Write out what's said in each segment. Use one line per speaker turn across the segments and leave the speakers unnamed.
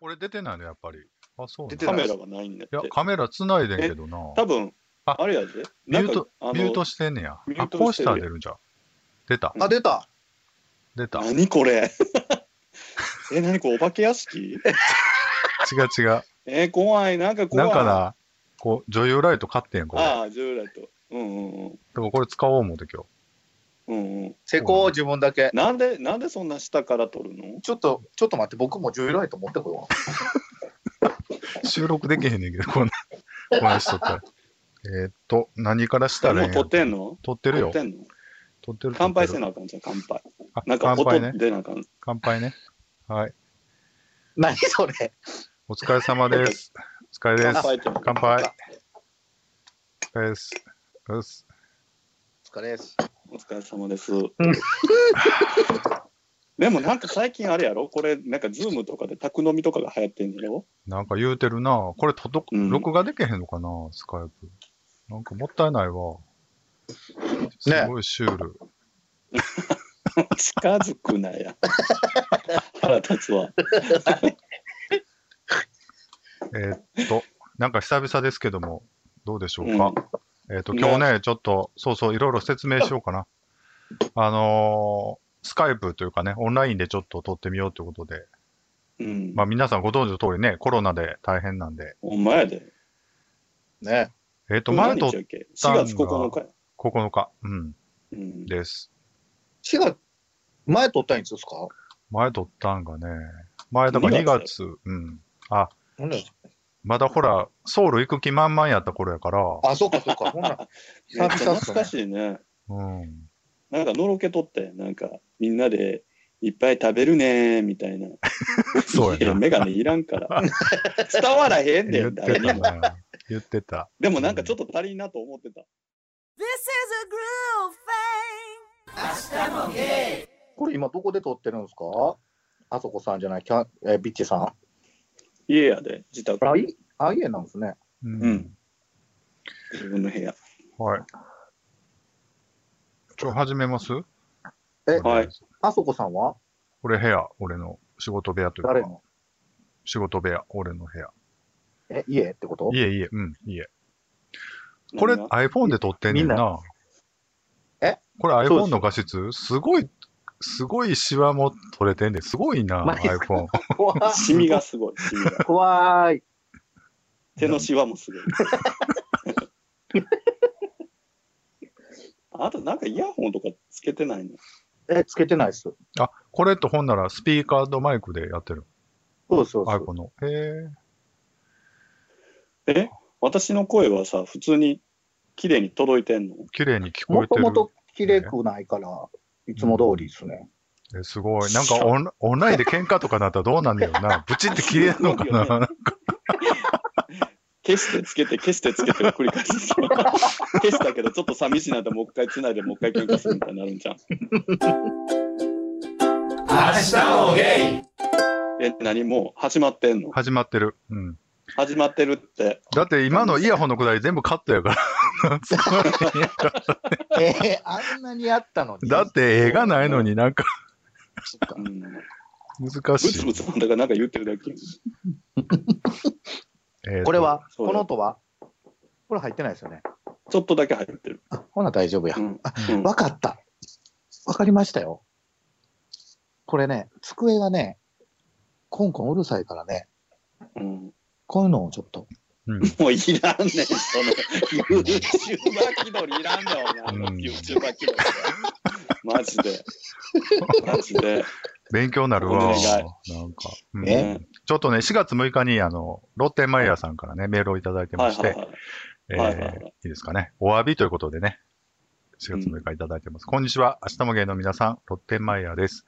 俺出てないの、やっぱり。あ、そうな
出
ん
て
だ
ない
カメ
い
ラがないんだっ
い
て
や、。カメラつないでんけどな。
多分、
あ
あれやで。
ミ
な
ュ
ん
ー
か
ト、
あ
ミュー
の
ト、してんねや。
ミュ
あ、
ート
コー
して
スタ
るやん
ー出るんじゃん。出た、
あ、出た。
出た。違う
何これ え、何これお化け屋敷
違う。
えー、怖い。なんか怖。
ないんかな、こう、女優ライト買ってん、これ。
ああ、従来と。うんうんうん。
でもこれ使おう思うて今日。
うんうん。
施工自分だけ。
なんで、なんでそんな下から撮るの
ちょっと、ちょっと待って、僕もジョイライト持ってこよう。
収録できへんねんけど、 こんな、こんなしとったら。えーっと、何からしたらええ
もうん撮
や
ってんの
撮ってる
撮
よ
っ。てんの
撮ってる。
乾杯せ
な。
なあかんじゃん、乾杯。
あ
なんか
乾杯ね
音。出なあかん。
乾杯ね。はい。
何それ。
お疲れ様です。お疲れで
乾
す。
杯って。
乾杯。お疲れです。うっす。
お疲れです。
お疲れ様です。でもなんか最近あれやろこれ、なんかズームとかで宅飲みとかが流行ってんじゃろ
なんか言うてるな。これ届く、
うん
録画できへんのかな、スカイプ。なんかもったいないわ。すごいシュール。
近づくな や。腹立つわ。
えーっと、なんか久々ですけども、どうでしょうか。えーっと、
ね
今日ね、ちょっと、そうそう、いろいろ説明しようかな。あのースカイプというかね、オンラインでちょっと撮ってみようということで、
うん。
まあ皆さんご存知の通りね、コロナで大変なんで、
お前やで。
ね。
えーっと、前と
何日やっけ
たんが
?4 月9日や。
9日、うん、
うん、
です。
4月、前撮ったんいつですか
前撮ったんがね、前だから2
2月
月、うん。あ、
ほんなら
まだほら、ソウル行く気満々やった頃やから、
あ、そっかそっか。ほんなら
めっちゃ
久々っす
懐か
ね。
しいね。
うん。
なんかのろけとったやん。なんかみんなでいっぱい食べるねーみたいな。
そう
い
や
や、
な。
メガネいらん から。伝わらへんね
言っ
ん、
て
誰に
た
も。
な。言ってた。
でもなんかちょっと足りんなと思ってた。
This is a groove thing.
これ今どこで撮ってるんですかあそこさんじゃない、キャンえビッチさん。
家やで、自宅。
あ、いあ、家なんですね。
う
うん。自分の部屋。
はい。ちょ、始めます
え
とりあず
あそこさんは
これ部屋、俺の仕事部屋という
誰
か、
の
仕事部屋、俺の部屋。
え、家ってこと
いえいえ、うん、いえ。これ
何が
iPhone で撮ってんねん
みん
な。
え
これ
そうで
iPhone
す
の画質すごい、すごいシワも撮れてんねん。すごいな、
マジっす
iPhone。
怖い。
シミがすごい。シミが
怖い。
手のシワもすごい。 あとなんかイヤホンとかつけてないの
え、つけてないっす。そう
あ、これとほんならスピーカーとマイクでやってる。
ですそうです
iPhone の。へえ。
え私の声はさ、普通に綺麗に届いてんの
綺麗に聞こ
も
えて
と
る。
もと綺麗くないから、いつも通りですね。
えすごい。なんかオンオンラインで喧嘩とかなったらどうなんだよ な。ブチって切れんのか
そうよ
な。
消してつけて、消してつけてを繰り返しそう 消したけど、ちょっと寂しいなって、もう一回つないで、もう一回喧嘩するみたいになるんじゃん。え、何もう始まってんの
始まってる。うん。
始まってるって。
だって今のイヤホンのくだり全部カットや から。つまり
えーあんなにやったのに。
だって絵がないのになんか
そ っか
うん、
難
ブツ
し
ブ
い。
ツなんだからなんか言ってるだけ。
えーと
これは、
そう
この音はこれ入ってないですよね。
ちょっとだけ入ってる。
ほな大丈夫や
う。ん。うん
わかった。わかりましたよ。これね、机がね、コンコンうるさいからね、
うん
こういうのをちょっと。
もういらんねん、その、YouTuber 気取りいらんねん、お前
うん
の YouTuber 気取り。マジで。マジで。
勉強になるわ。
お
なん
願い
か、うん
ね
ちょっとね、4月6日にあの、ロッテンマイヤーさんからね、メールをいただいて
は
ま
い
し
はい
て、
はい。
え
はいはいはい
ーいいですかね。お詫びということでね、4月6日いただいてます。こんにちは。明日も芸の皆さん、ロッテンマイヤーです。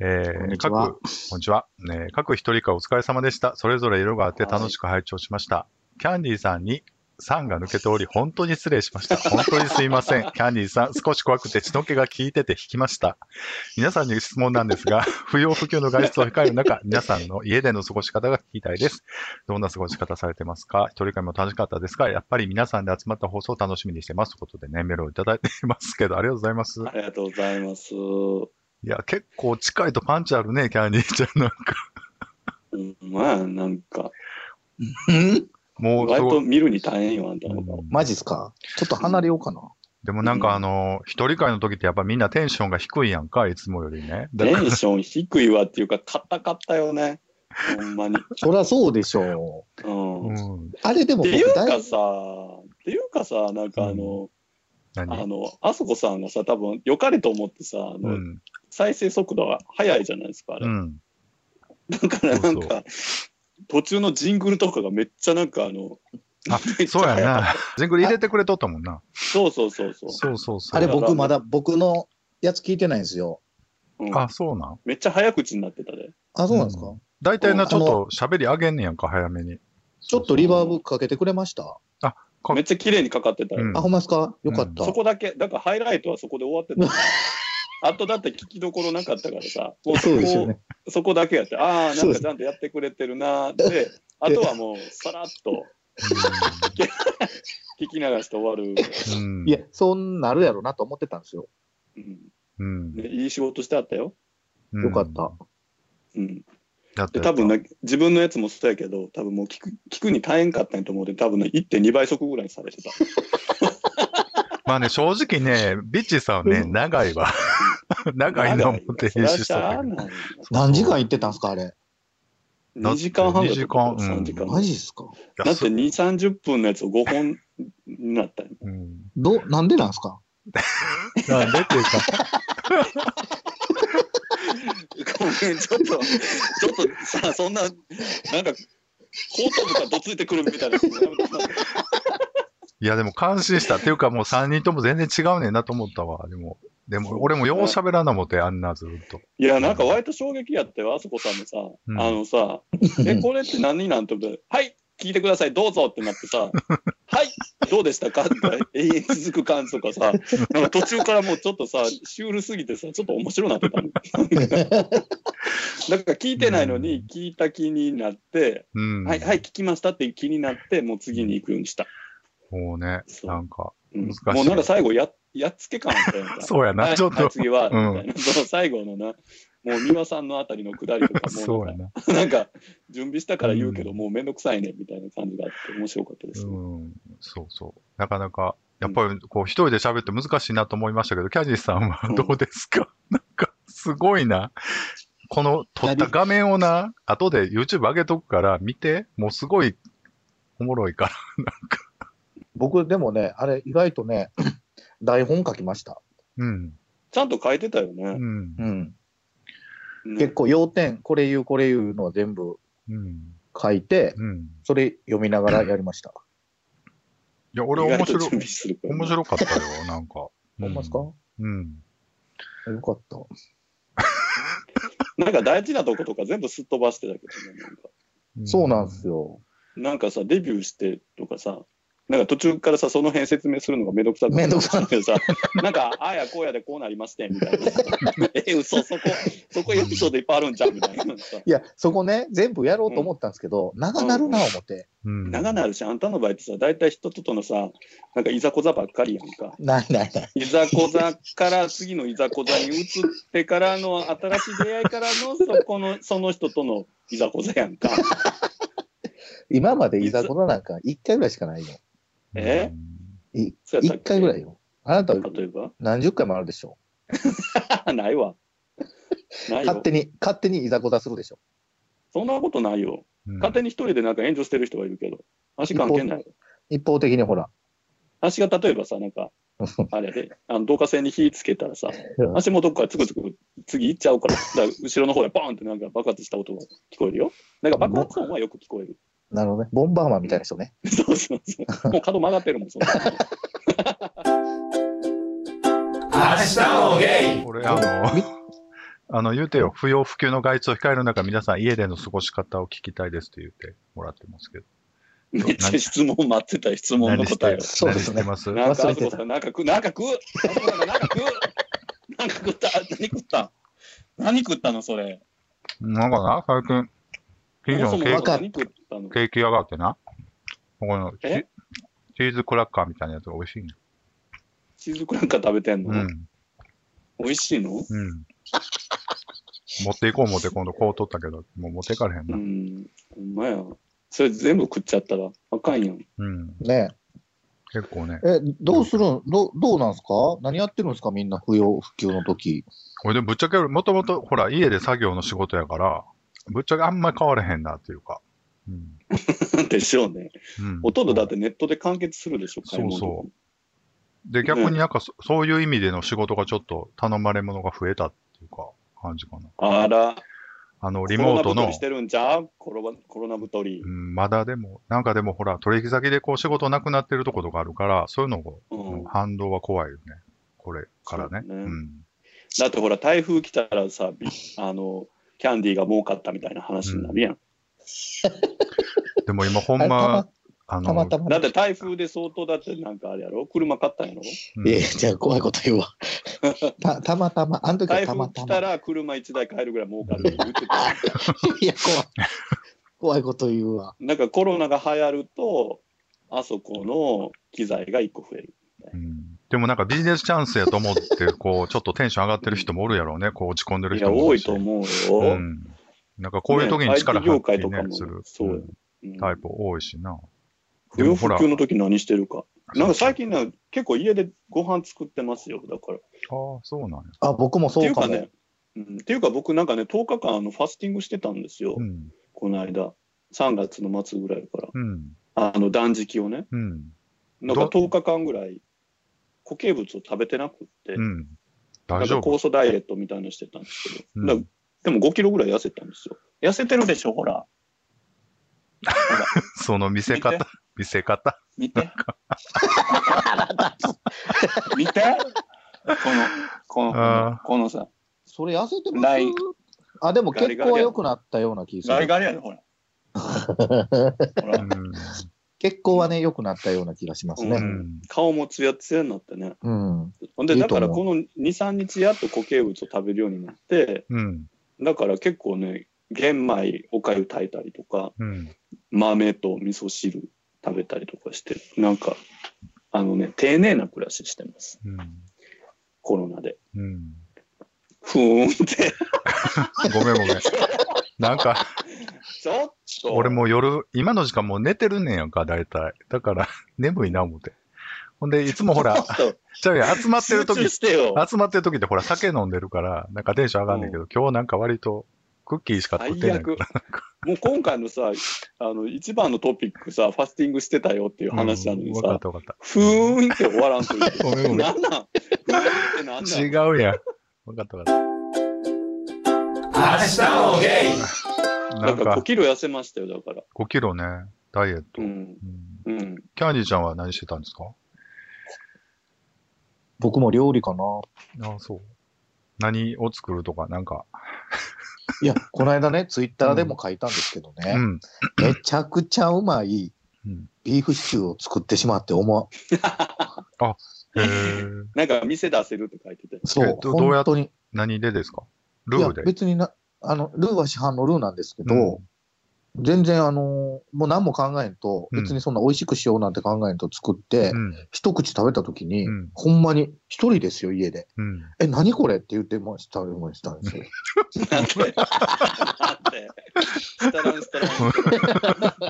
えー
こんにち
各、
は
こんにちは。ね各一人かお疲れ様でした。それぞれ色があって楽しく拝聴しました。キャンディーさんに、酸が抜けており、本当に失礼しました。本当にすいま せん。キャンディーさん、少し怖くて血の気が効いてて引きました。皆さんに質問なんですが、 不要不急の外出を控える中、皆さんの家での過ごし方が聞きたいです。どんな過ごし方されてますか一人会も楽しかったですが、やっぱり皆さんで集まった放送を楽しみにしてます。ということでね、メールをいただいてますけど、ありがとうございます。
ありがとうございます。
いや、結構近いとパンチあるね、キャンディーちゃんなんか。
うんまあ、なんか、
うん
もうす
割と
ごい。
見るに大変よ、あんた
う
の
ん
顔。
マジっすかちょっと離れようかな。
でもなんかあの、一人会の時ってやっぱみんなテンションが低いやんか、いつもよりね。だ
テ
から
ンション低いわっていうか、かったかったよね。ほんまに。
そりゃそうでしょう。
うん。っ
うん。
あれでも
て
僕
いう
だ
か
い
さ、っていうかさ、なんかあの、あ
何
の、あそこさんがさ、多分、良かれと思ってさ、あ
う
の
ん。
再生速度が速いじゃないですか、あれ
う。ん。
だからなん
そ
か、途中のジングルとかがめっちゃなんかあの、
あ、そうやな。ジングル入れてくれとったもんな。
そうそうそうそう。
そうそうそう。
あれ僕
そう
まだ僕のやつ聞いてないんですよ。
うん
あ、そうなん。
めっちゃ早口になってたで。
あ、そうなんですか、
う大体な、ちょっと喋り上げんねやんか、早め に。
ちょっとリバーブかけてくれました、
か
めっちゃ綺麗にかかってたよ。
うん
あ、ほんまですかよかった。
そこだけ、だからハイライトはそこで終わってた。あとだって聞きどころなかったからさ、も
そうですよね。
そこだけやって、ああ、な
そ
ん
う
か
です
ちゃんとやってくれてるなーって、あとはもうさらっと聞き流して終わ
うん。
る。
うん
いや、、そんなるやろなと思ってたんですよ。
うん
うん
ね、いい仕事してあったよ。
うん
よかった。
うん、
やった
で
やった
多分ね、自分のやつもそうやけど、多分もう聞く聞くに大変かったんやと思うで、多分ね、1.2倍速ぐらいにされてた。
まあね、正直ね、ビッチさんはね、
うん
長いわ。 長いな思って
長い
編
わ
集し
そ
た
りゃしゃ
んだ
あ
けど
ない
何時間行ってたんですかあれ。
だって
2時間半だった
二
か
時間うん
3時間。
マジっすか
い
だ
や
って
す
2、30分のやつを5本になったよ。
うん
ど、なんでなんですか
なんでっていうか、
ごめん、ちょっと、ちょっとさ、そんな、なんか、後頭部がどついてくるみたいな。
いやでも感心した。っていうかもう3人とも全然違うねんなと思ったわ。でも、でも俺もよう喋らなもて、あんなずっと。
いや、なんか割と衝撃やってよ、あそこさんのさ、
うん
あのさ、え、これって何なんてことはい、聞いてください、どうぞってなっ てさ、はい、どうでしたかって永遠続く感じとか さ、なんか途中からもうちょっとさ、シュールすぎてさ、ちょっと面白なって たの。なんか聞いてないのに、聞いた気になって、
うん。
はい、はい、聞きましたっていう気になって、もう次に行くようにした。
もうね、
そう
なんか、
うん
難しい
もうなんか最後や、やっつけ感あったやんか。
そうやな
はい
ちょっと
はい次は、
うん
みたいな。その最後のな、もう美輪さんのあたりのくだりとか、も
そう
うな
や
んか、
な。
なんか準備したから言うけど、
うん
もうめんどくさいね、みたいな感じがあって、面白かったです。
うん。そうそう。なかなか、やっぱりこう一人で喋って難しいなと思いましたけど、キャジーさんは
うん
どうですか、 なんか、すごいな。この撮った画面をな、後で YouTube 上げとくから見て、もうすごいおもろいから。
僕でもね、あれ意外とね、 台本書きました。
うん。
ちゃんと書いてたよね
う。ん
う。ん。
ね
結構要点、これ言う、これ言うのは全部
うん。
書いて、
うん。
それ読みながらやりました。
いや、俺
意
面
外と
白
準
い
備、するからね
面白かったよ、なんか。
ほんまですか、
うん。
よかった。
なんか大事なとことか全部すっ飛ばしてたけどね、なんか。
うん
そうなんですよ。
なんかさ、デビューしてとかさ、なんか途中からさ、その辺説明するのがめんどくさく
めんどくさ
くてさ、 なんか、ああやこうやでこうなりましてんみたいな。 え、嘘、そこ、そこエピソードいっぱいあるんじゃんみたいなさ。
いや、そこね、全部やろうと思ったんですけど、長なるな思って。
うん。
長なるし、あんたの場合ってさ、大体人ととのさ、なんかいざこざばっかりやんか。
ないないない。
いざこざから次のいざこざに移ってからの新しい出会いからのそこの、その人とのいざこざやん か。
今までいざこざなんか1回ぐらいしかないよ。
え
い
そうやったっ
1回
け
ぐらいよ。あなた
例えば
何十回もあるでしょ。
ないわ。ない
勝
よ
手。に、勝手にいざこざするでしょ。
そんなことないよ。
うん
勝手に一人でなんか援助してる人がいるけど、足関係ない。
一方的にほら。
足が例えばさ、なん か、あれで、あの導火線に火つけたらさ、足もどっかつくつく、次行っちゃうから、だから後ろの方でバーンってなんか爆発した音が聞こえるよ。なんか爆発音はよく聞こえる。
なるほどね。ボンバーマンみたいな人ね。
そうそうそう。もう角曲がってるもん、そんな。
俺、あの、あの、言うてよ、不要不急の外出を控える中、皆さん家での過ごし方を聞きたいですって言ってもらってますけど。
めっちゃ 質問待ってた、質問の
何して
答え
る
そう
何
です
して
ね
ます
を。なんか、
忘
あ
れ
そ
て
こ
た
さん、なんか食う、なんか食う、あそこさんなんか食う、 なんか食った、何食った、何食ったの、それ。
なんかな、最近、近所
そ
の
も
ケ
そ
ー
も
キ
何食ったの
ケーキ屋があってな、ここのチ
え
チーズクラッカーみたいなやつが美味しいね。
チーズクランカー食べてんの、
うん、
美味しいの
うん。持っていこう思って今度こう取ったけど、もう持っていかれへん
う
な。
ん。ほんまや。それ全部食っちゃったらあかんやん。
うん。
ね
結構ね。
え、どうするんどうどうなんすか何やってるんですかみんな不要不急の時。
これでもぶっちゃけ、もともと、ほら、家で作業の仕事やから、ぶっちゃけあんまり変われへんなっていうか。うん。
でしょうね。
うん、
ほとんどだってネットで完結するでしょ、
そう
買い物とか
そで、逆になんかそ、そういう意味での仕事がちょっと頼まれものが増えたっていうか、感じかな。
あら、
あの、リモート
コロナ
の
太りし、てるんちゃうコロナコロナ太り
う。ん、まだでも、なんかでもほら、取引先でこう仕事なくなってるところがあるから、そういうのを、
うん
うん反動は怖いよね。これからね。
そう
う
ね
ん。
だってほら、台風来たらさ、びあの、キャンディーが儲かったみたいな話になるやん。
でも今 ほん
あ
ま、あ
たま
の、
たまたま。
だって台風で相当だってなんかあれやろ車買ったんやろ
うん
いやいやじゃあ怖いこと言うわ。 たたまたま、あの時は
台
たま
風
た
来
ま
た。ら車1台買えるぐらい儲かるって言ってた。
いや、怖い。怖いこと言うわ。
なんかコロナが流行ると、あそこの機材が1個増える。
うんでもなんかビジネスチャンスやと思って、こう、ちょっとテンション上がってる人もおるやろうね。こう落ち込んでる
いや、
人も
多
る
い
し
と思うよ。
うん。なんかこういう時に力発
ね IT 業界
揮
とか
ね
も、
する
そう
う
よ
ん
うん
タイプ多いしな。
不要不急の時何してるか。なんか最近ね、結構家でご飯作ってますよ、だから。っ
ああ、そうなんや。
あ、僕も
て
そ
いうう
かも。
かね、うん、っていうか僕なんかね、10日間あのファスティングしてたんですよ、
うん。
この間。3月の末ぐらいから。
うん。
あの断食をね。
うん。
なんか10日間ぐらい固形物を食べてなくって、
うん。
な
大
んか
丈夫。
酵素ダイエットみたいなのしてたんですけど、
うん
だからでも5キロぐらい痩せたんですよ。痩せてるでしょ、ほら。
その見せ方、見せ方。
見 て。 見て。この、こ
あ
の、このさ、
それ痩せてま
な
す
い
あ、でも結構は良くなったような気す
ガリ
る。
ガリやで、ほら。 ほ
う
ら、
ん。
結構はね、良くなったような気がします
う
ね。
ん。
顔もツヤツヤになってね。
うん。
ほんで、
いい
だ
と
か
思う
らこの2、3日やっと固形物を食べるようになって、
うん。
だから結構ね、玄米、おかゆ炊いたりとか、
うん。
豆と味噌汁食べたりとかして、なんか、あのね、丁寧な暮らししてます。
うん。
コロナで。
うん。
ふーんって。
ごめんごめん。なんか、
ちょっと。
俺もう夜、今の時間もう寝てるねんやんか、大体。だから、眠いな、思って。ほんで、いつもほら、
ちょっと
ちゃうやん集まってる
集
時
中してよ。
集まってる時ってほら、酒飲んでるから、なんかテンション上がんねんけど、今日なんか割と、クッキーしか食って
最
ない。
悪。もう今回のさ、あの、一番のトピックさ、ファスティングしてたよっていう話なのに
うんわか
さ
っ、たわかっ
ふーんって終わらんとい
た。ごめんごめん。
う。なんなんふーんってなんなん
違うやん。わかったわかった。
な
なんん
か5
か、
キロ痩せましたよ、だから。
5キロね、ダイエット。
う
うん
ん。うん。
キャンディーちゃんは何してたんですか
僕も料理かな。
ああ、そう。何を作るとか、なんか。
いや、この間ね、ツイッターでも書いたんですけど
う
ね、
ん。
めちゃくちゃうまい
うん
ビーフシチューを作ってしまって思わ、
へー
なんか店出せるって書いてて。
そ
え
う
っ、とどうや
本
って
当に。
何でですか
い
ル
や
ーで、。
別にな、あの、ルーは市販のルーなんですけ
う
ど、全然あのー、もう何も考えんと、
うん
別にそんな美味しくしようなんて考えんと作って、
ん。
一口食べた時に、
うん
ほんまに一人ですよ、家で。
うん。
え、何これって言ってもしたりもしたんですよ。
なんて。なんて。したらんしたらん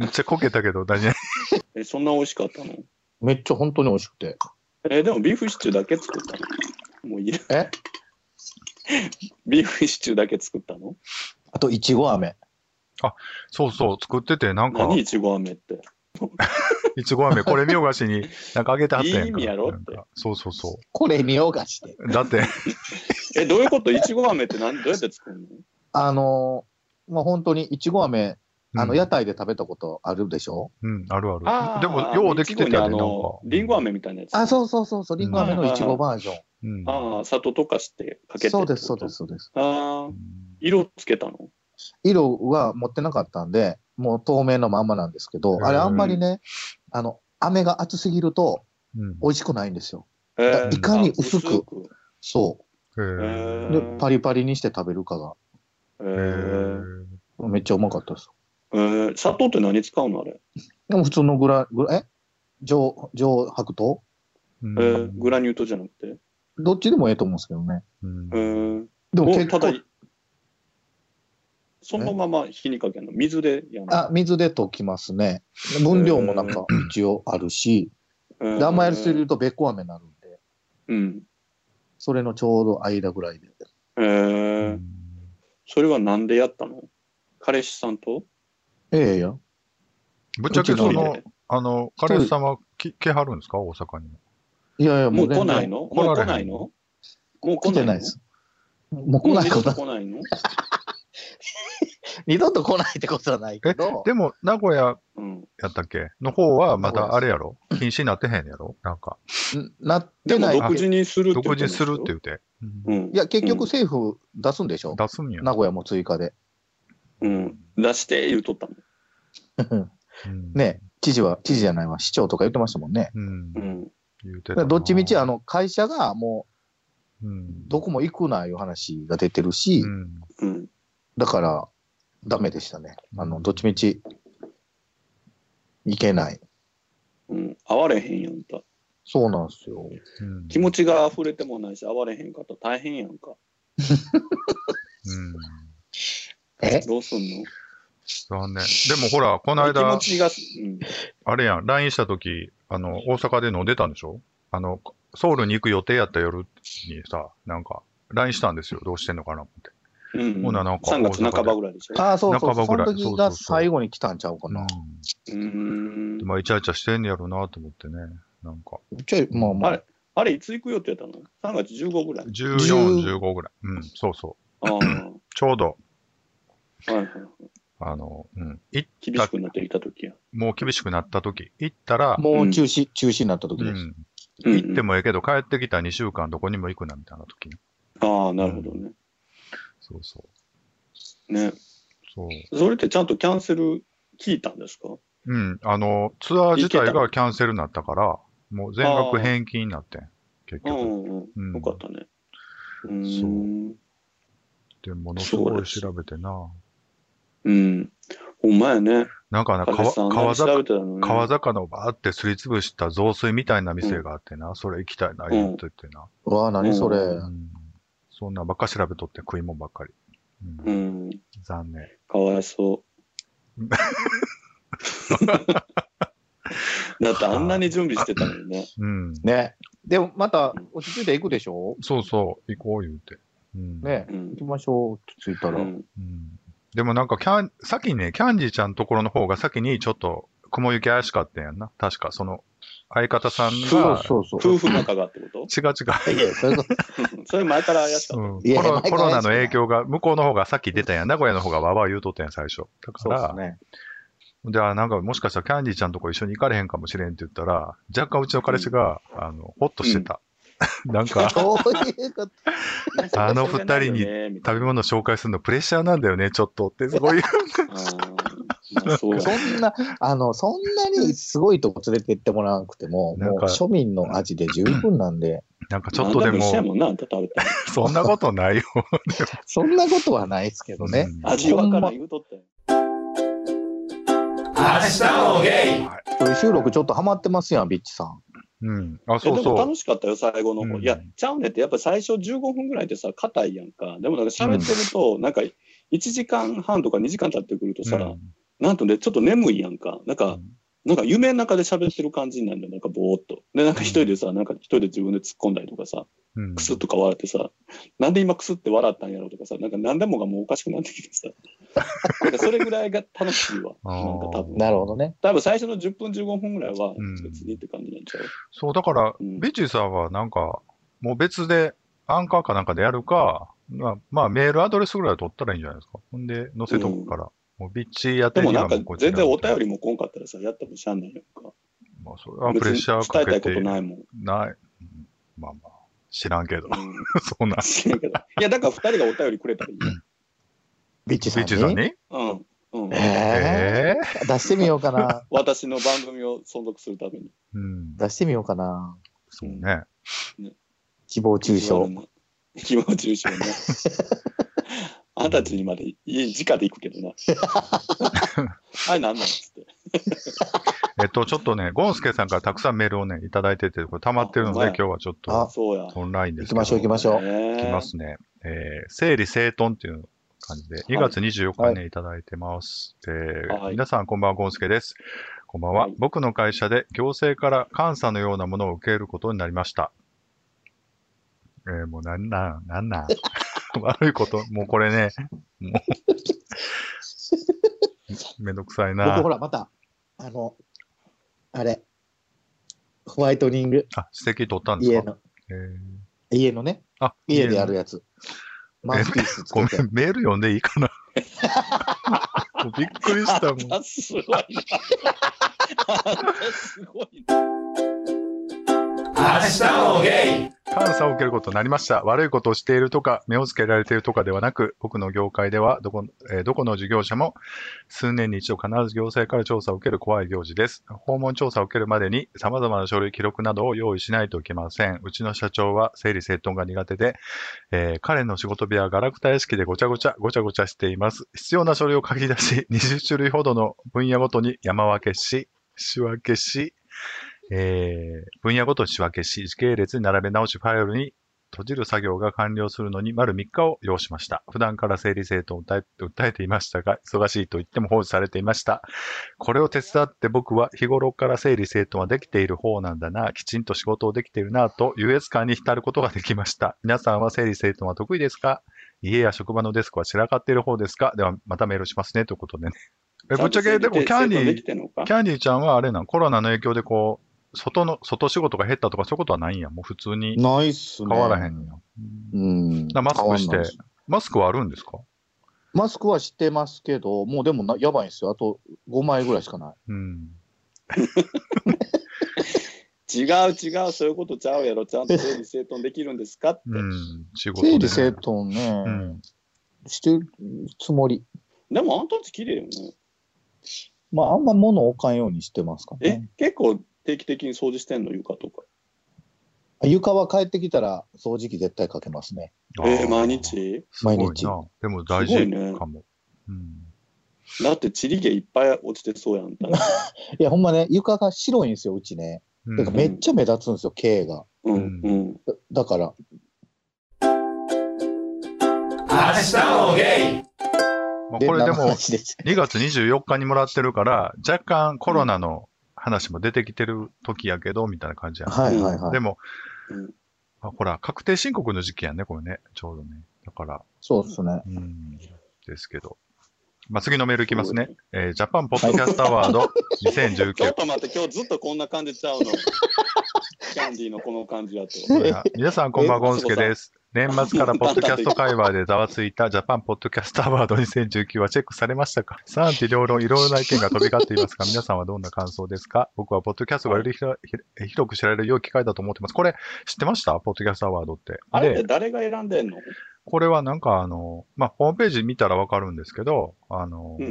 めっちゃこけたけど、何
え、そんな美味しかったの
めっちゃ本当に美味しくて。
え、でもビーフシチューだけ作ったのもういる。
え
ビーフシチューだけ作ったの
あと、いちご飴。
そうそう、作ってて、なんか
何、いちご飴って。
いちご飴、これ見よがしに、なんかあげてはったやんか。
いい意味やろって
なんかそうそうそ
これ見ようがして。
う。だ って、
え、どういうこといちご飴ってなんどうやって作るの
あのー、まあ、本当にいちご飴、あ
う
の、
ん
屋台で食べたことあるでしょ、
うん、あるあ
あ
る。
ー
でも、ようできてたよね、
いちごにあ
なんか
の。りんご。飴みたいなやつ。
あ、そうそうそうそう、りんご飴のいちごバージョン。
うん。
ああ、砂糖溶かしてかけて。
そうです、そうで。す、そうです。
ああ
う、ん
色つけたの
色は持ってなかったんで、もう透明のまんまなんですけど、あれあんまりね、あの、飴が厚すぎると
うん。
美味しくないんですよ。
え
だいか
に薄くそ
へ
う。
ー
で
へう、ん
パリパリにして食べるかが、
え
へー
ー、
めっちゃうまかったです。
えー、砂糖って何使うのあれ、
でも普通のグラ、グラえ上、上白糖
うん
えー、グラニュー糖じゃなくて、
どっちでもええと思うんですけどね。
うん
えー、
でも
お
結
ただ
構、
いそのまま火にかけるの水でやるの
あ、水で溶きますね。分量もなんか一応あるし、
うん
であんまやりすぎるとべっこ飴になるんで、
うん。
それのちょうど間ぐらいで。
えー、それはなんでやったの彼氏さんと
ええや。
ぶっちゃけそ
一
の
人で、
あの、彼氏さんは来来はるんですか大阪に。
いやいや、
も
も
う
う
来
全然
ないのもう来ないのもう来
来て
ない
な
の
いです。もう来
もう
な
二
い
度
ことと、
来ないの
二度と来ないってことはないけど、
でも、名古屋
うん。
やったっけの方はまだあれやろ禁止になってへんやろなんか、
んなっ
で
て
も
ない。
独自にするって
独自にするって言
う。
うて。
う
うん
ん
い。や、結局政府出すんでしょ、
出すんや。
名古屋も追加で。
うん。出して言うとったの。
うん。
ね、知事は、知事じゃないわ、市長とか言ってましたもんね。
うん
う。ん。
言うてた
だか
な
らどっちみち、あ、の、会社がも
うん
う、どこも行くな、いう話が出てるし、
うん。
うん。
だから、ダメでしたね。あの、どっちみち、行けない。
うん。会われへんやんか。
そうなんですよ。
うん
気持ちが溢れてもないし、会われへんかったら大変やんか。
うん。
え
どうすんの
残念。でもほら、この間、
気持ちが、うん。
あれやん、LINE した時、あの、大阪で飲んでたんでしょあの、ソウルに行く予定やった夜にさ、なんか、LINE したんですよ。どうしてんのかな思って。
うん、
ほななんか
3月半ばぐらいでしょ。
ああ、そうそう
半ば
そ
ぐ
の
らい
時
そうそう
が
そう
最後に来たんちゃうかな。
うーん
で、まあ、イチャイチャしてんねやろうなと思ってね。なんか、
ちょい、まあま
あ
あ、
れ、あれいつ行く予定やったの ?3 月15ぐらい。
14、15ぐらい。うん、そうそう。
ああ、はい
ちょうど、
はい。
あの、うん、い
厳しくなってきた時や。
もう厳しくなった時、行ったら、
もう中止、中止になった時
う
です。
ん、
うん
行ってもええけど、帰ってきた2週間どこにも行くなみたいな時に。
ああ、なるほどね。
そうそう。
ね。
そう。
それってちゃんとキャンセル聞いたんですか
うん、あの、ツアー自体がキャンセルになったから、もう全額返金になってん、結
う
局。
んうん
う
うんん。よかったね。うーん。
で、ものすごい調べてな。
うん。ほんまやね。
なんかな、
彼氏さん
川川
何調
坂、
べてたのね。
川魚をバーってすりつぶした雑炊みたいな店があってな、それ行きたいな、言っててな、
うわあ、何それ。
う
うんそんなんばっか調べとって食い物ばっかり。うん
うん。
残念。
かわ い そう。だってあんなに準備してたのにね。
うん。
ね。でも、また、落ち着いて行くでしょ
そうそう、行こう言うて。うん、
ね。
うん
行きましょう、落ち着いた
う
ら。
ん
うん。でもなんかキャン、先にね、キャンディちゃんのところの方が先にちょっと雲行き怪しかったんやんな。確か、その、相方さん
そう
が、
そうそう。
夫婦仲がってこと
違う違う。
いやいやそういうこと
それ前から怪しかった。
うん
いや
コロ
前
コ
から
ロナの影響が、向こうの方がさっき出たんやん。名古屋の方がわわ言うとったんやん、最初。だか
そうです
ら、
ね。
じゃあなんかもしかしたらキャンディちゃんとこ一緒に行かれへんかもしれんって言ったら、若干うちの彼氏が、あの、ほっとしてた。なん か、
どういうこと
あの二人 に
に
食べ物紹介するのプレッシャーなんだよね、ちょっとって、すごい。
そう
そんな、あの、そんなにすごいとこ連れて行ってもらわなくても、
なん
もう
か
庶民の味で十分なんで、
なんかちょっとで
何も一緒や
も、
もんな、あんた食べたら
そんなことないよ。
そんなことはないですけどね。
うん
味わからん言うとったよ。
一人収録ちょっとハマってますやん、ビッチさん。
うん。あ、
え
そ
で
うそ
も
う。
楽しかったよ、最後の
う
方。
ん
いや、ちゃうねんって、やっぱ最初15分ぐらいでさ、硬いやんか。でもなんか喋ってると、なんか1時間半とか2時間経ってくるとさ、
うん
なんとね、ちょっと眠いやんか。なんか、
うん
なんか夢の中で喋ってる感じになるんだよ、なんかぼーっと。で、なんか一人でさ、なんか一人で自分で突っ込んだりとかさ、
うん
クスッとか笑ってさ、なんで今クスって笑ったんやろうとかさ、なんか何でもがもうおかしくなってきてさ、なんかそれぐらいが楽しいわ。
あ
なん
ー
か多分。
なるほどね。
多分最初の10分15分ぐらいは
うん
別にって感じなんちゃう、
そう、だから、
うん
ビッチーさんはなんか、もう別で、アンカーかなんかでやるか、まあ、まあ、メールアドレスぐらい取ったらいいんじゃないですか。ほんで、載せとくから。もうビッチーやって
で
る
も
に
な
は
んか
もうこっち
全然お
り。
便りも来んかったらさ、やってもしゃあないやんか。
まあ、それはプ
別
レッ
に
シャー
伝
か
えた
け
いこ
てな
と
い。
ないもん。うん
うんまあまあ、知らん けど。そうなん。
知らんけどいや、だから2人がお便りくれたらいい
ビッチ
ビ
さん
ッチ
に。
ーさんに
やん。うん。うん。
え
ええ
ー出してみようかな。
私の番組を存続するために。
うん。
出してみようかな。
そうね。
誹謗中傷。
誹謗中 傷ね。あんたたちにまで家直で行くけどな。あれなんなんっつって。
えっと、ちょっとね、ゴンスケさんからたくさんメールをね、いただいてて、これ溜まってるの
あ
で、
はい
今日はちょっと
あ
そうや。
オンラインで
行
すけ
き
ど
ましょう行きましょう。
ね
いきますね。えー整理整頓っていう感じで、2月24日にね、い、ただいてます。で
はい
皆さんこんばんは、ゴンスケです。こんばんは。
はい
僕の会社で行政から監査のようなものを受けることになりました。えーもうなんなん、なんなん。 悪いこと、もうこれね、もう、 めんどくさい
僕
な
ほ。ら、また、あの、あれ、ホワイトニング、
あ、指摘取ったんで
家
すか
の、
えー
家のね、
あ、
家でや
る
るやつ。マウスピースつ
ごめ
け
ん
て。、
メール読んでいい かな。もうびっくりしたもん。
あんたすごいな。あんたすごいな。
監査を受けることになりました。悪いことをしているとか、目をつけられているとかではなく、僕の業界ではどこ、えーどこの事業者も数年に一度必ず行政から調査を受ける怖い行事です。訪問調査を受けるまでに様々な書類、記録などを用意しないといけません。うちの社長は整理整頓が苦手で、えー彼の仕事部屋はガラクタ屋敷でごちゃごちゃ、ごちゃごちゃしています。必要な書類を書き出し、20種類ほどの分野ごとに山分けし、仕分けし、えー分野ごとに仕分けし、時系列に並べ直しファイルに閉じる作業が完了するのに丸3日を要しました。普段から整理整頓を訴え訴えていましたが、忙しいと言っても放置されていました。これを手伝って僕は日頃から整理整頓はできている方なんだな、きちんと仕事をできているなと優越感に浸ることができました。皆さんは整理整頓は得意ですか家や職場のデスクは散らかっている方ですかではまたメールしますねということでね。え、ぶっちゃけでもキャンディー
でき、てんのか
キャンディーちゃんはあれなん、コロナの影響でこう、外の、外仕事が減ったとかそういうことはないんや。もう普通に
ないっす
変
ね。
わらへんんや。
うん。
だからマスクして
変わんないっす
マスクはあるんですか
マスクはしてますけど、もうでもなやばいんですよ。あと5枚ぐらいしかない。
うん。
違う違う、そういうことちゃうやろ。ちゃんと整理整頓できるんですかって。
うん。仕事
整
で
理整頓ね、
うん。
してるつもり。
でもあんたち綺麗よね。
まあ、あんま物を置かんようにしてますか
え
ね。、
結構定期的に掃除してんの床とか。
床は帰ってきたら掃除機絶対かけますね。
えー、毎
す
日
ごいな
毎日
でも大
すご
事
いね
かも。うん。
だってちり毛いっぱい落ちてそうやん。
いや、ほんまね、床が白いんですよ、うちね。
うん
だからめっちゃ目立つんですよ、毛が。
うんうん。
だだから、
まあこれで
何の
も、
話でした
2月24日にもらってるから、若干コロナの話も出てきてる時やけど、みたいな感じやな
はいはいはい。
でも
うん、
あほら、確定申告の時期やね、これね。ちょうどね。だから、
そうですね。
うんですけど。まあ、次のメールいきますね。えージャパンポッドキャストアワード
ちょ
2019
っ。と待って、今日ずっとこんな感じちゃうの。 キャンディーのこの感じだと。
皆さん、こんばんは、ゴンスケです。年末からポッドキャスト界隈でざわついたジャパンポッドキャストアワード2019はチェックされましたか賛否両論、いろいろな意見が飛び交っていますが、皆さんはどんな感想ですか僕はポッドキャストがよりひろひ広く知られる良い機会だと思ってます。これ、知ってましたポッドキャストアワードって。
あれって
で、
誰が選んでんの
これはなんかあの、まあ、ホームページ見たらわかるんですけど、あの、
うん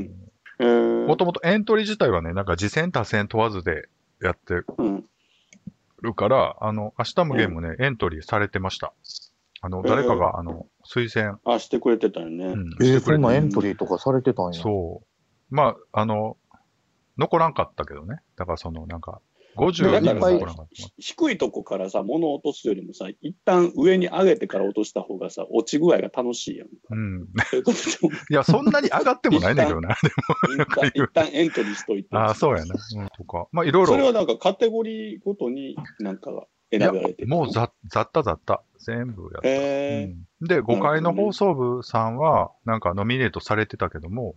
えー
もともとエントリー自体はね、なんか次戦多戦問わずでやって
うん
るから、あの、明日もゲームね、エントリーされてました。あの、誰かが、あの、推薦、
あ、してくれてたよね。
うん、
え
し
ー、
てく
そ
れ
ん
て、
なエントリーとかされてたんや。
そう。まあ、あの、残らんかったけどね。だからその、なんか、
だ
50
から
人
いっ
も
ぱい
残らんかった。
低いとこからさ、物を落とすよりもさ、一旦上に上げてから落とした方がさ、落ち具合が楽しいやん。
うん。
そういうことで
いや、そんなに上がってもないねんだけどな。
も一旦一旦エントリーしといて。
ああ、そうやね。うん、とか。まあ、いろい
それは
ろ。
なんかカテゴリーごとになんかが選ばれてる
もうざ、ざったざった。全部やった。
へえ
うんで、5階の放送部さんは、なんかノミネートされてたけども、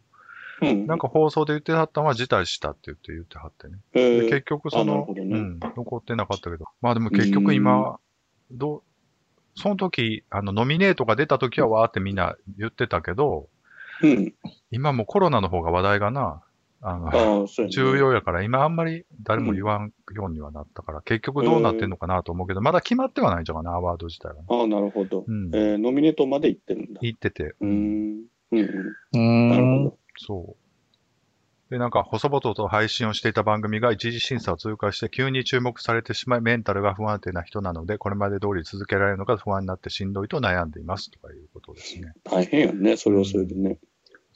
うん
なんか放送で言ってはったのは辞退したって言って言ってはってね。
へ
で
ー
結局そ
あなる
の、
ほどね
うん、残ってなかったけど。まあでも結局今、どう、その時、あの、ノミネートが出た時はわーってみんな言ってたけど、
うん。
今もうコロナの方が話題がな、あの、
ああ、そうやね
重要やから、今あんまり誰も言わんようにはなったから、結局どうなってんのかなと思うけど、まだ決まってはないんじゃないかな、アワード自体はね。
ああ、なるほど。
うん。
えーノミネートまで行ってるんだ。
言ってて。
うーん。うんうん。
うー
なる
ん。
ほ
そう。で、なんか、細々と配信をしていた番組が一時審査を通過して、急に注目されてしまい、メンタルが不安定な人なので、これまで通り続けられるのが不安になってしんどいと悩んでいます、とかいうことですね。
ど。大変よね、それはそれでね。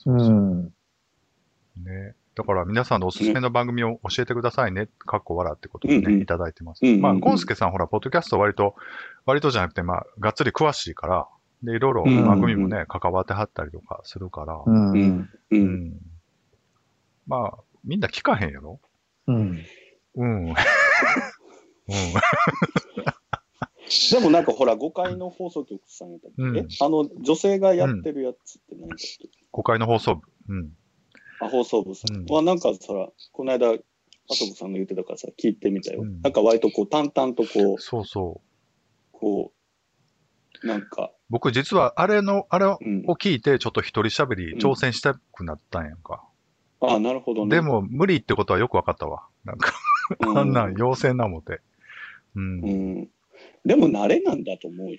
うん。
ね。だから、皆さんのおすすめの番組を教えてくださいね、かっこ笑ってことで
うんうん
ね、いただいてます。
うんうんうん
まあ、ゴンスケさん、ほら、ポッドキャスト割と、割とじゃなくて、まあ、がっつり詳しいから、で、いろいろ
うん
番組もね、関わってはったりとかするから、
うん。
う
うんん。。
う。
うんんまあ、みんな聞かへんやろ
うん。
うん。うん。
でもなんかほら、5階の放送局さんやったっけ、
うん
えあの、女性がやってるやつって何だっけ、
5階の放送部。うん。
あ、放送部さ
うん
ん。は、なんかそら、この間、あそこさんの言ってたからさ、聞いてみたよ。
うん
なんか割とこう、淡々とこう、
そうそう。
こう、なんか、
僕実は、あれの、あれを
うん。
聞いて、ちょっと一人喋り挑戦したくなったんやんか。
ああ、なるほどね。
でも、無理ってことはよくわかったわ。なんか、
う、
あんなん妖精なもて。うん。う
う
ん
ん。でも慣れなんだと思うよ。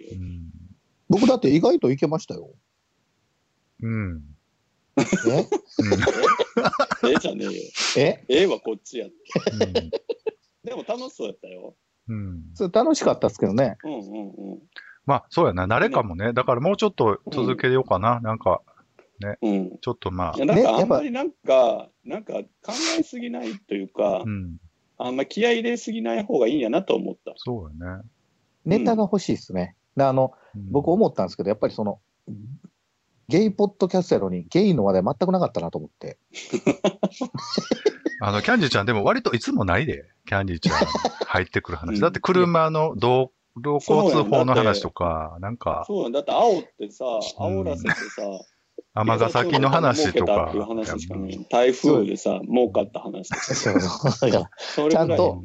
僕だって意外といけましたよ。
うん。
え
うん
ええじゃねえよ。
え
ええはこっちや。
うん
でも楽しそうやったよ。
うん。
それ楽しかったですけどね。
うんうんうん。
まあ、そうやな。慣れかもね。だからもうちょっと続けようかな。なんか、
うん。
ちょっとまあ
いや、なん
ね
か
や
あ
っ
ん
ぱ
まりなんか、なんか考えすぎないというか、
うん。
あんま気合い入れすぎない方がいいんやなと思った。
そうやね。
ネタが欲しいですね。であの、
うん
僕思ったんですけど、やっぱりその、ゲイポッドキャストやのに、ゲイの話題全くなかったなと思って。
あの、キャンディーちゃん、でも割といつもないで、キャンディーちゃん入ってくる 話。だって車の道道交通法の話とか、なんか、
そうなんだって、青ってさ、
うん
煽らせてさ、
尼崎の話とか。
儲けたっていう話しかない台風でさ、儲かった話とか。
そう そう。だから、
それぐ
ち
ら
ゃ
い
んと、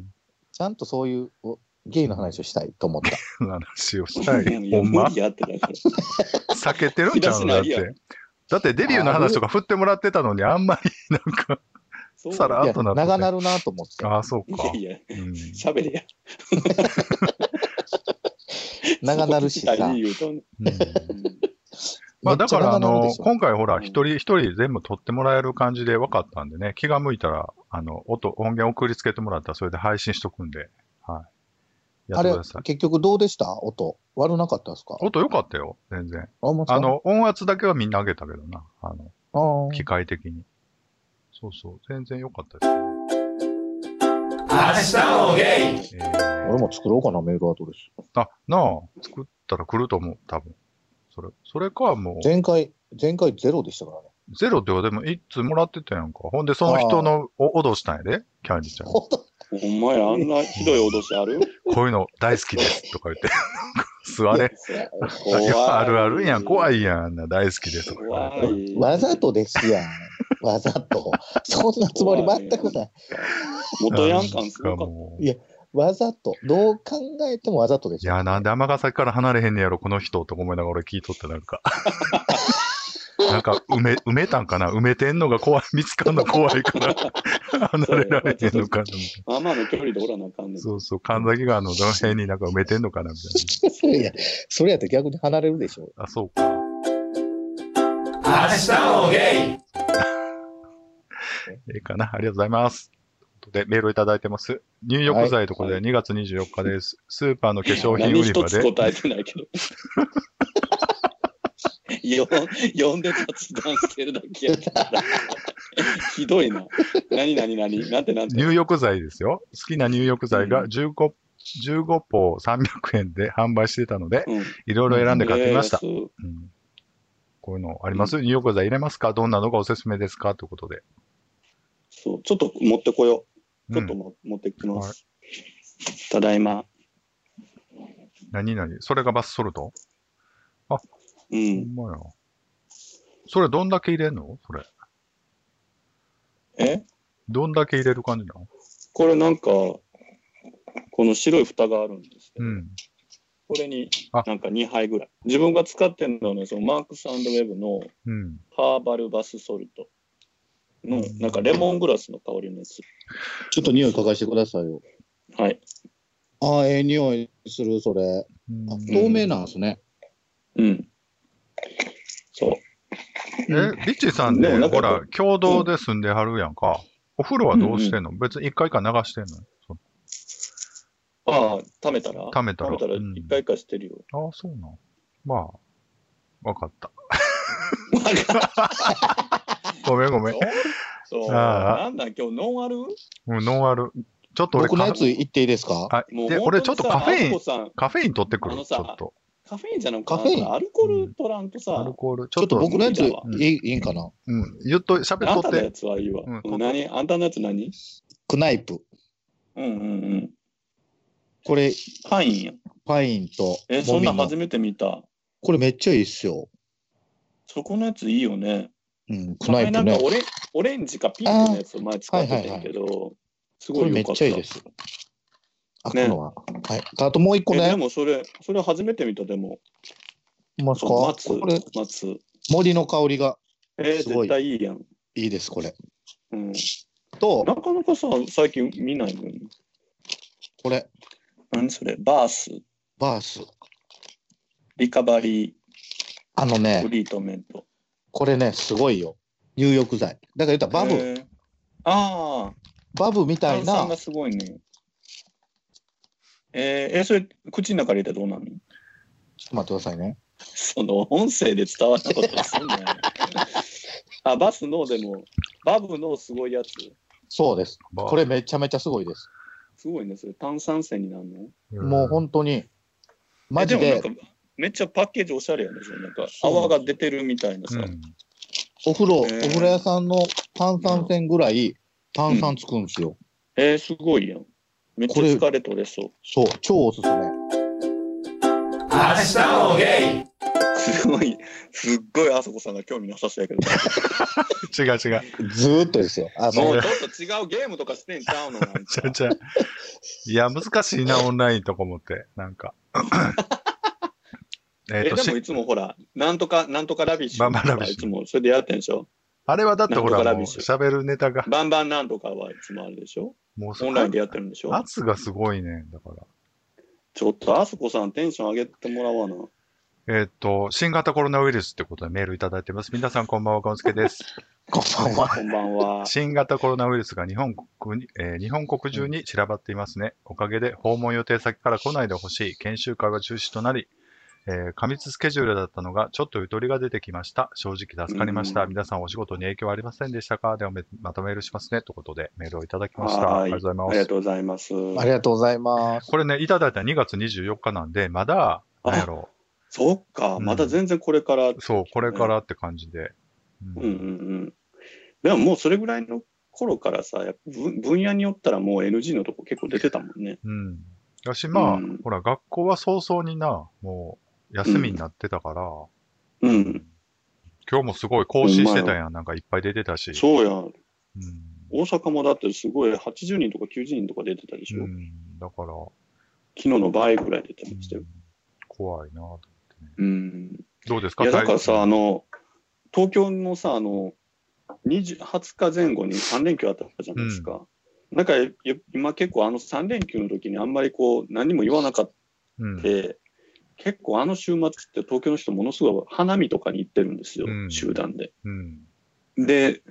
ちゃんとそういうおゲイの話をしたいと思った。
話をした
い
い。
や
ほんま
無理やってだから
避けてるんちゃうのだっ
引き出しない
て。だってデビューの話とか振ってもらってたのに、あんまりなんか、
そう
さら
い
あ
や、
となって
長なるなと思って。
ああ、そうか。
いやいや、
うん
喋れや。
長なるしさ。
いい言うとんね
う
ん
んまあだから、あ
め
の
っち、ゃ長なるでしょ
今回ほら、
うん
一人一人全部撮ってもらえる感じで分かったんでね、気が向いたら、あの、音、音源送りつけてもらったら、それで配信しとくんで、はい。やっ
あ
て
れ
ください、。
結局どうでした音。悪なかったですか
音良かったよ、全然。
あ、も
あ、の、音圧だけはみんな上げたけどな、あの、
あー
機械的に。そうそう、全然良かったです。えー
俺も作ろうかな、メールアドレス。
あ、なあ、作ったら来ると思う、多分。それ、それか、もう。
前回、前回ゼロでしたからね。
ゼロってはでも一通もらってたやんか。ほんで、その人のお脅したんやで、キャンディちゃん。こ
ほんと
ほんまや、あんなひどい脅しある
ういうの大好きですとか言って、 座れ。
怖
い
い
やあるあるやん、怖
い。
いやん、あんな大好きですとか言って
怖い。
わざとで すやん。わざと。そんなつもり全くない。
元ヤン感すごかっ
もう
いやわざと。どう考えてもわざとで
い
しょ。
や、なんで尼崎から離れへんねやろ、この人とか思いながら俺聞いとってなんか。 なんか埋め、埋めたんかな埋めてんのが怖い、見つかんの怖いから、離れられへんのかな。
た。まあまあの距離でおらなあかんねん。
そうそう、神崎川のどの辺になんか埋めてんのかな、みたい
それや、それやって逆に離れるでしょ。
な。あ、そうか。ええかな。ありがとうございます。ということで、メールをいただいてます。入浴剤ということ
は
で、
い
2月24日です。スーパーの化粧品
何
売り
一
場
つ
で、
答えてないけど。 よ呼んで雑談してるだけやからひどいな。何何何なんてなんて。
入浴剤ですよ。好きな入浴剤が15、15包300円で販売してたので、
うん
いろいろ選んで買ってみました。
えーそう
うんこういうのあります入浴剤入れますかどんなのがおすすめですかということで。
そう、ちょっと持ってこよ
う
う。ちょっ
ん
とも、持ってきます。ただいま。
何々それがバスソルト
う
ほ
ん。
んまや。それどんだけ入れんのそれ。
え
どんだけ入れる感じなの
これなんか、この白い蓋があるんですけ
う
ど、
ん。
これに
あ
なんか2杯ぐらい。自分が使ってるのはね、そのマークスウェブの
うん。
ハーバルバスソルトのなんかレモングラスの香りのやつ。
ちょっと匂い嗅がしてくださいよ。
はい。
ああ、ええ匂いする、それ。
うん
あ透明なんですね。
うん。そう。
え、リッチーさん
でも
ね、
なんか
ほら、共同で住んではるやんか。お風呂はどうしてんの、別に一回か流してんのそう
ああ、溜めたら
溜めたら
溜めたら
うん
一回かしてるよ。
ああ、そうなん。まあ、わかった。ごめんごめん。
そう。
ああ
なんだ、今日ノンアル
うんノンアル。ちょっと俺
僕の
カ
やつ言っていいですか
あ
もう
で、俺ちょっとカフェイン
本当にさあそこさん
カフェイン取ってく
あ
る。
の
ち
さ
ょっと。
カフェインじゃなくて、
カフェイン
なんかアルコール取らんとさ、
アルコール。ち
ちょ
ょっ
っと
と、
僕のやつ、い
うん
いいいんかな
うん。言っと、喋
あ
っ
ん
と
た
っ
のや
て。
つはいいわ。
うん
うん何あんたのやつ何
クナイプ。
うんうんうん。
これ、
パインや。
パインと
え、そ
モ
ん
ミ
なん
の
初。めて見た。
これめっちゃいいっすよ。
そこのやついいよね。
うん、クナ
前
イ
な
プ
んか
ね。
オレオレンジかピンクのやつを前使ってたんやけど、す
こ
ご
れ
い
め
良
っ
かった。
ちゃいいです。あ、
ね
このは。はい。あともう一個
えで
ね。
もそれ、それ初めて見た、でも。
ほんまっすかこ
松
れ、、
松。
森の香りが
えー
すごい
絶対いいやん。
いいです、これ。
うん、
と、
なかなかさ、最近見ないもん。
これ、
何それバース、
バース。
リカバリー、
あの
ト
ね、
リートメント。
これね、すごいよ。入浴剤。だから言ったらバ
へ
ブ、
ーあ
バブみ
あ、
たい
炭酸
な
が、すごいね。えーえーそれ、口の中に入れたらどうなるの
ちょっと待ってくださいね。
その音声で伝わったことすんなよ。あ、バスのでも、バブのすごいやつ。
そうです。
こ
これめちゃめちゃすごいです。
すごいね、それ炭酸泉になるの
もう本当に、マジ
え
で
もなんかめっちゃパッケージおしゃれやね、それなんか
そう
泡が出てるみたいなさ。
うん。
お風呂、お
えー
風呂屋さんの炭酸泉ぐらい炭酸つくんですよ。
えー、すごいやん。めっちゃ疲れ取れそう。
そう、超おすすめ。
すごい、すっごいあそこさんが興味なさそうやけど。
違う違う。
ずーっとですよ。あ
も
の
う、ちょっと違うゲームとかしてんちゃうのなんか
ちゃちゃ。いや、難しいな、オンラインとか思って。なん か。えっ
え、
と、
でも
し
いつもほら、なんとか、なんとかラビッシュ。
バンバンラビッシュ
いつも、それでやってんでしょ
あれはだってほら、
なんとかラ
もう
ビッシュ
喋るネタが、
バンバンなんとかはいつもあるでしょ
もうす
オンラインでやってるんでしょ
圧がすごいね。だから。
ちょっとあそこさんテンション上げてもらおうな。
えっと、新型コロナウイルスってことでメールいただいてます。皆さんこんばんは、ゴンスケです。
こんばんは。
こんばん は。
新型コロナウイルスが日本国に、えー日本国中に散らばっていますね。おかげで訪問予定先から来ないでほしい研修会が中止となり、えー過密スケジュールだったのがちょっとゆとりが出てきました。正直助かりました。
うん
皆さんお仕事に影響はありませんでしたかではめまたメールしますね。ということでメールをいただきました。あ
は
り
い
がとうご
あ
ざ
り
いま
が
す。
とうございます。
ありがとうございます。
これね、いただいたの2月24日なんで、まだ、
あ
なんやろ
そっか、また全然これから。うん
う。そう、これからって感じで。うん
うんうん。でももうそれぐらいの頃からさ、やっぱ分分野によったらもう NG のとこ結構出てたもんね。
うん。だし、まあ、
うん
ほら、学校は早々にな、もう、休みになってたから、
うん。
今日もすごい更新してたやん。なんかいっぱい出てたし。
そうや。
うん。
大阪もだってすごい80人とか90人とか出てたでしょ。
うんだから、
昨日の倍ぐらい出て
うん
ましたよ。
怖いなと。
うん。
どうです
い
か
や、だから
大
さ、あの、東京のさ、あの、20, 20日前後に3連休あったじゃないですか。なんか、よ今結構あの3連休の時にあんまりこう、何も言わなかっ
うん
た。結構あの週末って東京の人ものすごい花見とかに行ってるんですよ、
うん
集団で。
うん。
で、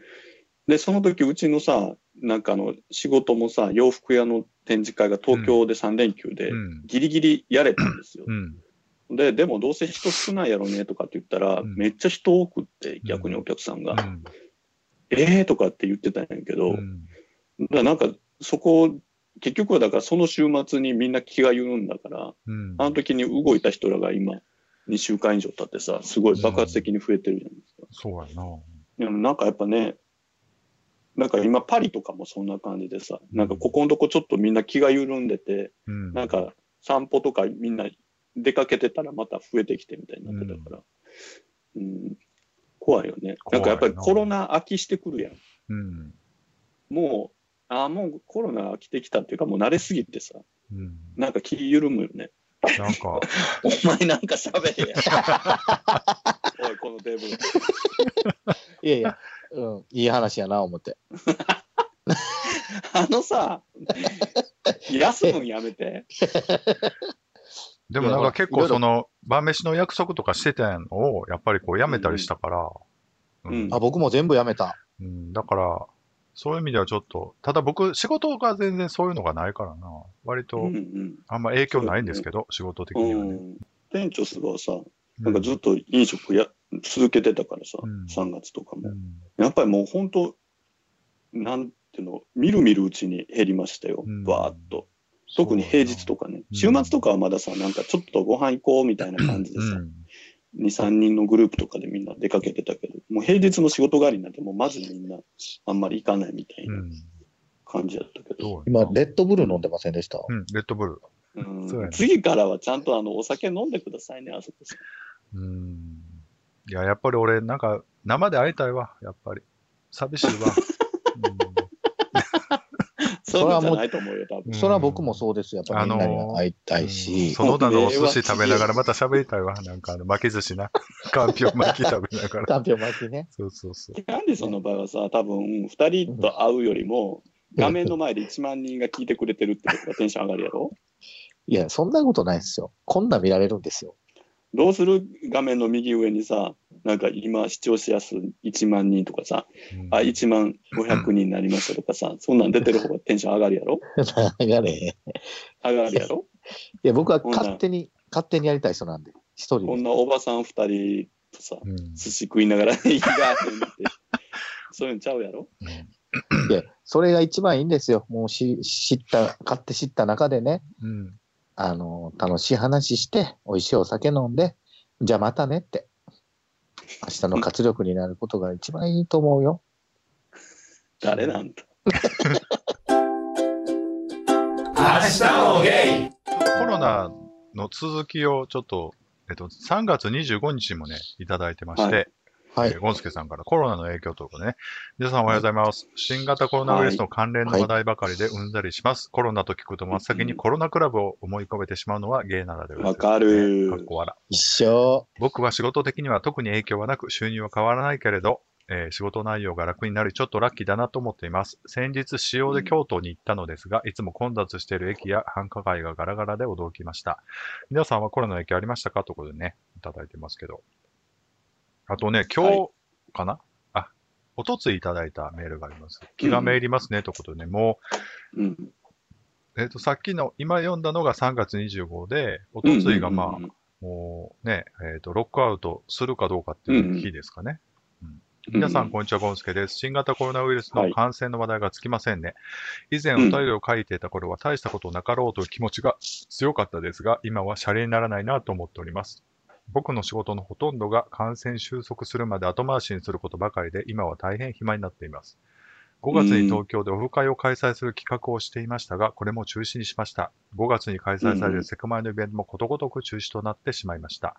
で、その時うちのさ、なんかあの、仕事もさ、洋服屋の展示会が東京で3連休で
う、ん。
ギリギリやれたんですよ
う。ん。
で、でもどうせ人少ないやろねとかって言ったら、
うん
めっちゃ人多くって、逆にお客さんが。
うん
えーとかって言ってたんやけど、
うん
だからなんかそこ、結局はだからその週末にみんな気が緩んだから、
うん。
あの時に動いた人らが今、2週間以上経ってさ、すごい爆発的に増えてるじゃないですか。
そうやな
でもなんかやっぱね、なんか今パリとかもそんな感じでさ、なんかここのとこちょっとみんな気が緩んでて、
うん。
なんか散歩とかみんな出かけてたらまた増えてきてみたいになってたから、うん、怖いよね。なんかやっぱり
怖いな
コロナ飽きしてくるやん。
うん。
もう、ああ、もうコロナ飽きてきたっていうか、もう慣れすぎてさ、
うん。
なんか気緩むよね。
なんか、
お前なんか喋れや。おい、このテーブル。
いやい や、うん、いい話やな、思って。
あのさ、休むんやめて。
でもなんか結構その、晩飯の約束とかしてたのを、やっぱりこうやめたりしたから、
うん
あ、僕も全部やめた。
うん、だから、そういう意味ではちょっと、ただ僕、仕事が全然そういうのがないからな、割
う
と
んうん。
あんま影響ないんですけど、仕事的
う
にはね。
ん、店長すごいさ、
う
なんかずっと飲食や続けてたからさ、
うん
3月とか
う
も。
ん
やっぱりもう本当、なんていうの、みるみるうちに減りましたよ
うん、
わーっと。特に平日とかね。
ん
週末とかはまださ、なんかちょっとご飯行こうみたいな感じで
う
さ、
ん。。
2、3人のグループとかでみんな出かけてたけど、もう平日の仕事帰りになって、もうまずみんなあんまり行かないみたいうなん感じだったけど、
どう
今、レッドブル飲んでませんでした
うん、レッドブル。
うん
そうやね
次からはちゃんとあのお酒飲んでくださいね、あそこさ。
うん。いや、やっぱり俺、なんか、生で会いたいわ、やっぱり。寂しい わ。
そういうのじゃないと思うよ、多分。
それは僕もそうですよ。やっぱりみんなには会いた
うん
いし、
その他のお寿司食べながらまた喋りたいわ。なんかあの、巻き寿司な。かんぴょう巻き食べながら。
かんぴょう巻きね。
そうそうそう。
キャンディさんの場合はさ、多分、二人と会うよりも、画面の前で1万人が聞いてくれてるってことがテンション上がるやろ
いや、そんなことないですよ。こんなん見られるんですよ。
どうする画面の右上にさ、なんか今視聴者数1万人とかさ、
うん
あ、1万500人になりましたとかさ、そんなん出てる方がテンション上がるやろ
流れへん。い
上がるやろ
や、僕は勝手に、勝手にやりたい人なんで、一人
こ
で
ん。なおばさん2人とさ、
うん
寿司食いながらいいがーってって、そういうのちゃうやろ
いや、それが一番いいんですよ。もうし知った、買って知った中でね、
うん。
あの、楽しい話して、美味しいお酒飲んで、じゃあまたねって。明日の活力になることが一番いいと思うよ。
誰なんだ
コロナの続きをちょっと、えっと、3月25日もね、いただいてまして、
は
え
い
ー。ゴンスケさんからコロナの影響ということでね。皆さんおはようございます。新型コロナウイルスの関連の話題ばかりでうんざりします。コロナと聞くと真っ先にコロナクラブを思い浮かべてしまうのは芸ならでは
わかる
かっこ笑
一生。
僕は仕事的には特に影響はなく収入は変わらないけれど、えー仕事内容が楽になりちょっとラッキーだなと思っています。先日使用で京都に行ったのですが、いつも混雑している駅や繁華街がガラガラで驚きました。皆さんはコロナの影響ありましたかということでね、いただいてますけど。あとね、今
は
日かな、あ、おとついいただいたメールがあります。気がめいりますね、ということでね、もう
うん。
えっ、と、さっきの、今読んだのが3月25で、おとついがまあ、
うんうん
もうね、えっ、と、ロックアウトするかどうかっていう日ですかね。
うん、
皆さん、こんにちは、ゴンスケです。新型コロナウイルス
は
の
い
感染の話題がつきませんね。以前、お
うん
便りを書いていた頃は、大したことなかろうという気持ちが強かったですが、今はシャレにならないなと思っております。僕の仕事のほとんどが感染収束するまで後回しにすることばかりで、今は大変暇になっています。5月に東京でオフ会を開催する企画をしていましたが、これも中止にしました。5月に開催されるセクマイのイベントもことごとく中止となってしまいました。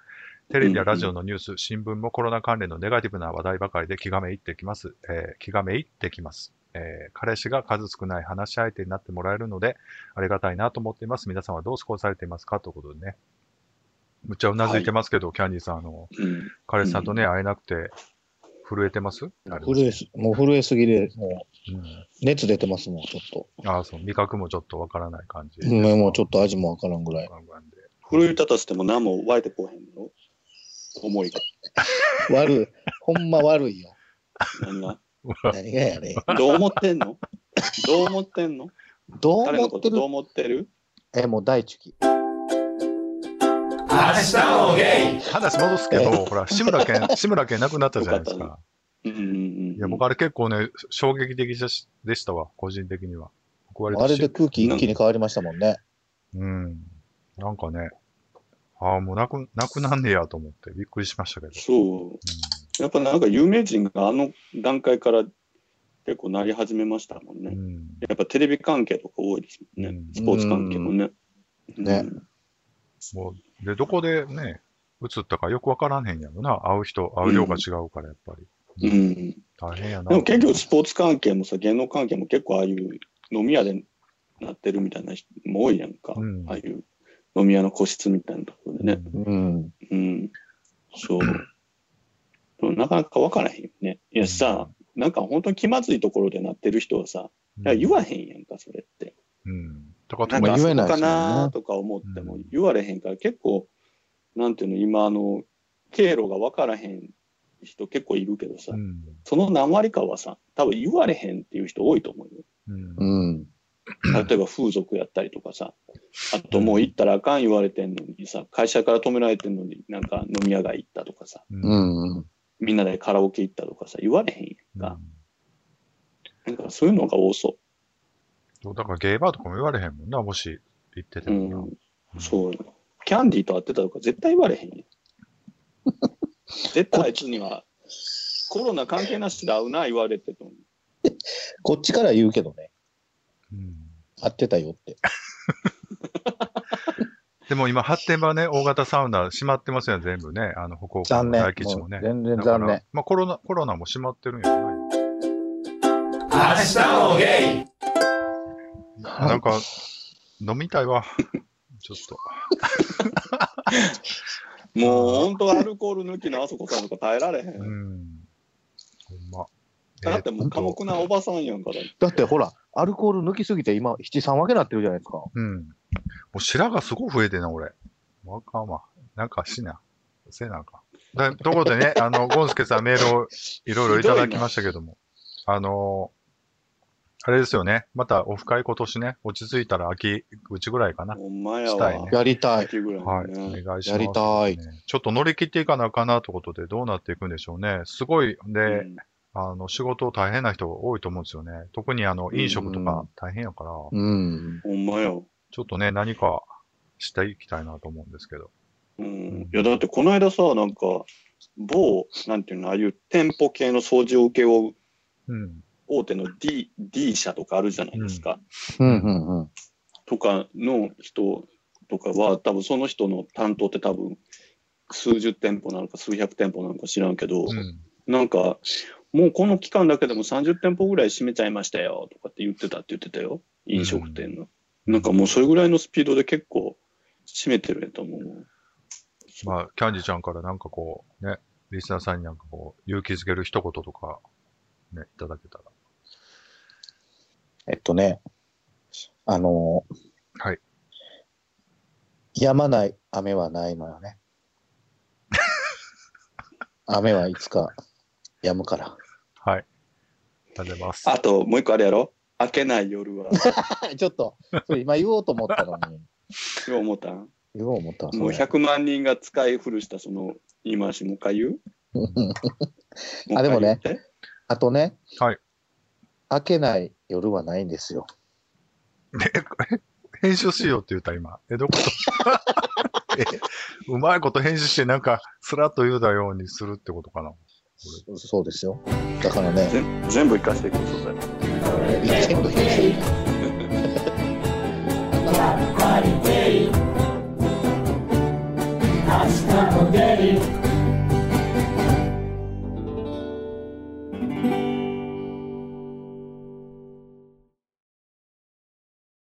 テレビやラジオのニュース、新聞もコロナ関連のネガティブな話題ばかりで気がめいってきます。えー気がめいってきます。えー彼氏が数少ない話し相手になってもらえるので、ありがたいなと思っています。皆さんはどう過ごされていますかということでね。むっちゃうなずいてますけど、キャンディーさん、あの、
うん
彼氏さんとね、会えなくて、震えてますあれ
震えす、もう震えすぎで、も
うん
う熱出てますもん、ちょっと。
ああ、そう、味覚もちょっとわからない感じ。
うんもうちょっと味もわからんぐらい。
わからんで
震えたとしても何も湧いてこうへんの思いが。
悪い。ほんま悪いよ。
何が
何がやね。
どう思ってんのどう思ってんの
どう
彼の
思
こ
って
とどう
る
思ってる
え、もう大地期。
話戻すけど、ほら、志村けん、志村けん亡くなったじゃないです
よか
か。
うんうんうん。
いや、僕あれ結構ね、衝撃的でしでしたわ、個人的には。僕割と
あれで空気一気に変わりましたもんね。
うん。なんかね、ああ、もうなく、なくなんねやと思って、びっくりしましたけど。
そう。やっぱなんか有名人があの段階から結構なり始めましたもん
う
ね。
ん。
やっぱテレビ関係とか多いですもんね。
うん
スポーツ関係もね。
ね
うん
もう、で、どこでね、映ったかよくわからんへんやろな。会う人、会う量が違うから、やっぱり。
うん。で
大変やな。
も結局スポーツ関係もさ、芸能関係も結構ああいう飲み屋でなってるみたいな人も多いやんか。
うん
ああいう飲み屋の個室みたいなところでね。
うん
うん。
うん。そう。でもなかなか分からへんよね。いやさ、なんか本当に気まずいところでなってる人はさ、いや言わへんやんか、それって。
うん。とか、と
なん
か
か
まあ
あそ
言
こ
えないで
か
すよね
なとか思っても
うん
言われへんから、結構、なんていうの、今、あの、経路が分からへん人結構いるけどさ、
うん。
その何割かはさ、多分言われへんっていう人多いと思うよ。
うん。
うん。
例えば風俗やったりとかさ、あともう行ったらあかん言われてんのにさ、会社から止められてんのになんか飲み屋街行ったとかさ、
うん
うん。
みんなでカラオケ行ったとかさ、言われへんやんか。なんかそういうのが多そ
そうだからゲーバーとかも言われへんもんな、もし言ってた
う
よな。
ん。そう。キャンディーと会ってたとか絶対言われへん よ。絶対あいつには、コロナ関係なしで会うな、言われてと思う。
こっちから言うけどね、
うん
合ってたよって。
でも今、発展場ね、大型サウナ閉まってますよね、全部ね。あの、歩行
残念。
大吉も
も
ね
う。全然
だから
残念。
まあコロナ、コロナも閉まってるんやない
はい
なんか、飲みたいわ。ちょっと。
もう本当アルコール抜きのあそこさんとか耐えられへん。
うん。ほんま。
だっても
えーっ
う寡
と
黙なおばさんやんから。
だってほら、アルコール抜きすぎて今、七三分けなってるじゃないですか。
うん。もう白がすごい増えてんな、俺。わかんわ。なんかしな。せなあかん。だところで ね、あの、ゴンスケさんメールをいろいろいただきましたけども。あのーあれですよね。またオフ会今年ね、落ち着いたら秋口ぐらいかな。
ほんまや
したいね
わ。
やりたい。
秋ぐらい
はい。お願い
ね
します、
やりたい。
ちょっと乗り切っていかなあかんなってことでどうなっていくんでしょうね。すごい、で、
うん
あの、仕事大変な人が多いと思うんですよね。特にあの、飲食とか大変やから、
うん。
ほんまやわ。
ちょっとね、何かしていきたいなと思うんですけど。
うん、いやだってこの間さなんか某なんていうのああいう店舗系の掃除を請け負う
うん。
大手の D, D 社とかあるじゃないですか、
うんうんうん。
とかの人とかは多分その人の担当って多分数十店舗なのか数百店舗なのか知らんけど、
うん。
なんかもうこの期間だけでも30店舗ぐらい閉めちゃいましたよとかって言ってたって言ってたよ飲食店の、なんかもうそれぐらいのスピードで結構閉めてるやと思う
まあ、キャンディちゃんからなんかこう、ね、リスナーさんになんかこう、勇気づける一言とか、ね、いただけたら。
えっとね、あのー
はい。
止まない雨はないのよね。 雨はいつか止むから。
はい。ありがとうございます。
あともう一個あれやろ明けない夜は
ちょっと、それ今言おうと思ったの に、
よう思った ん
言おう思ったわそれ
もう100万人が使い古したその言い回しもう一回言う
あでもね
う一回言って
あとね、
はい
明けない夜はないんですよ。
編集しようって言った、今。え、どういうこと え、うまいこと編集して、なんか、スラッと言うたようにするってことかな。
そそうですよ。だからね、
全全部生かしていくことだよ
全部編集。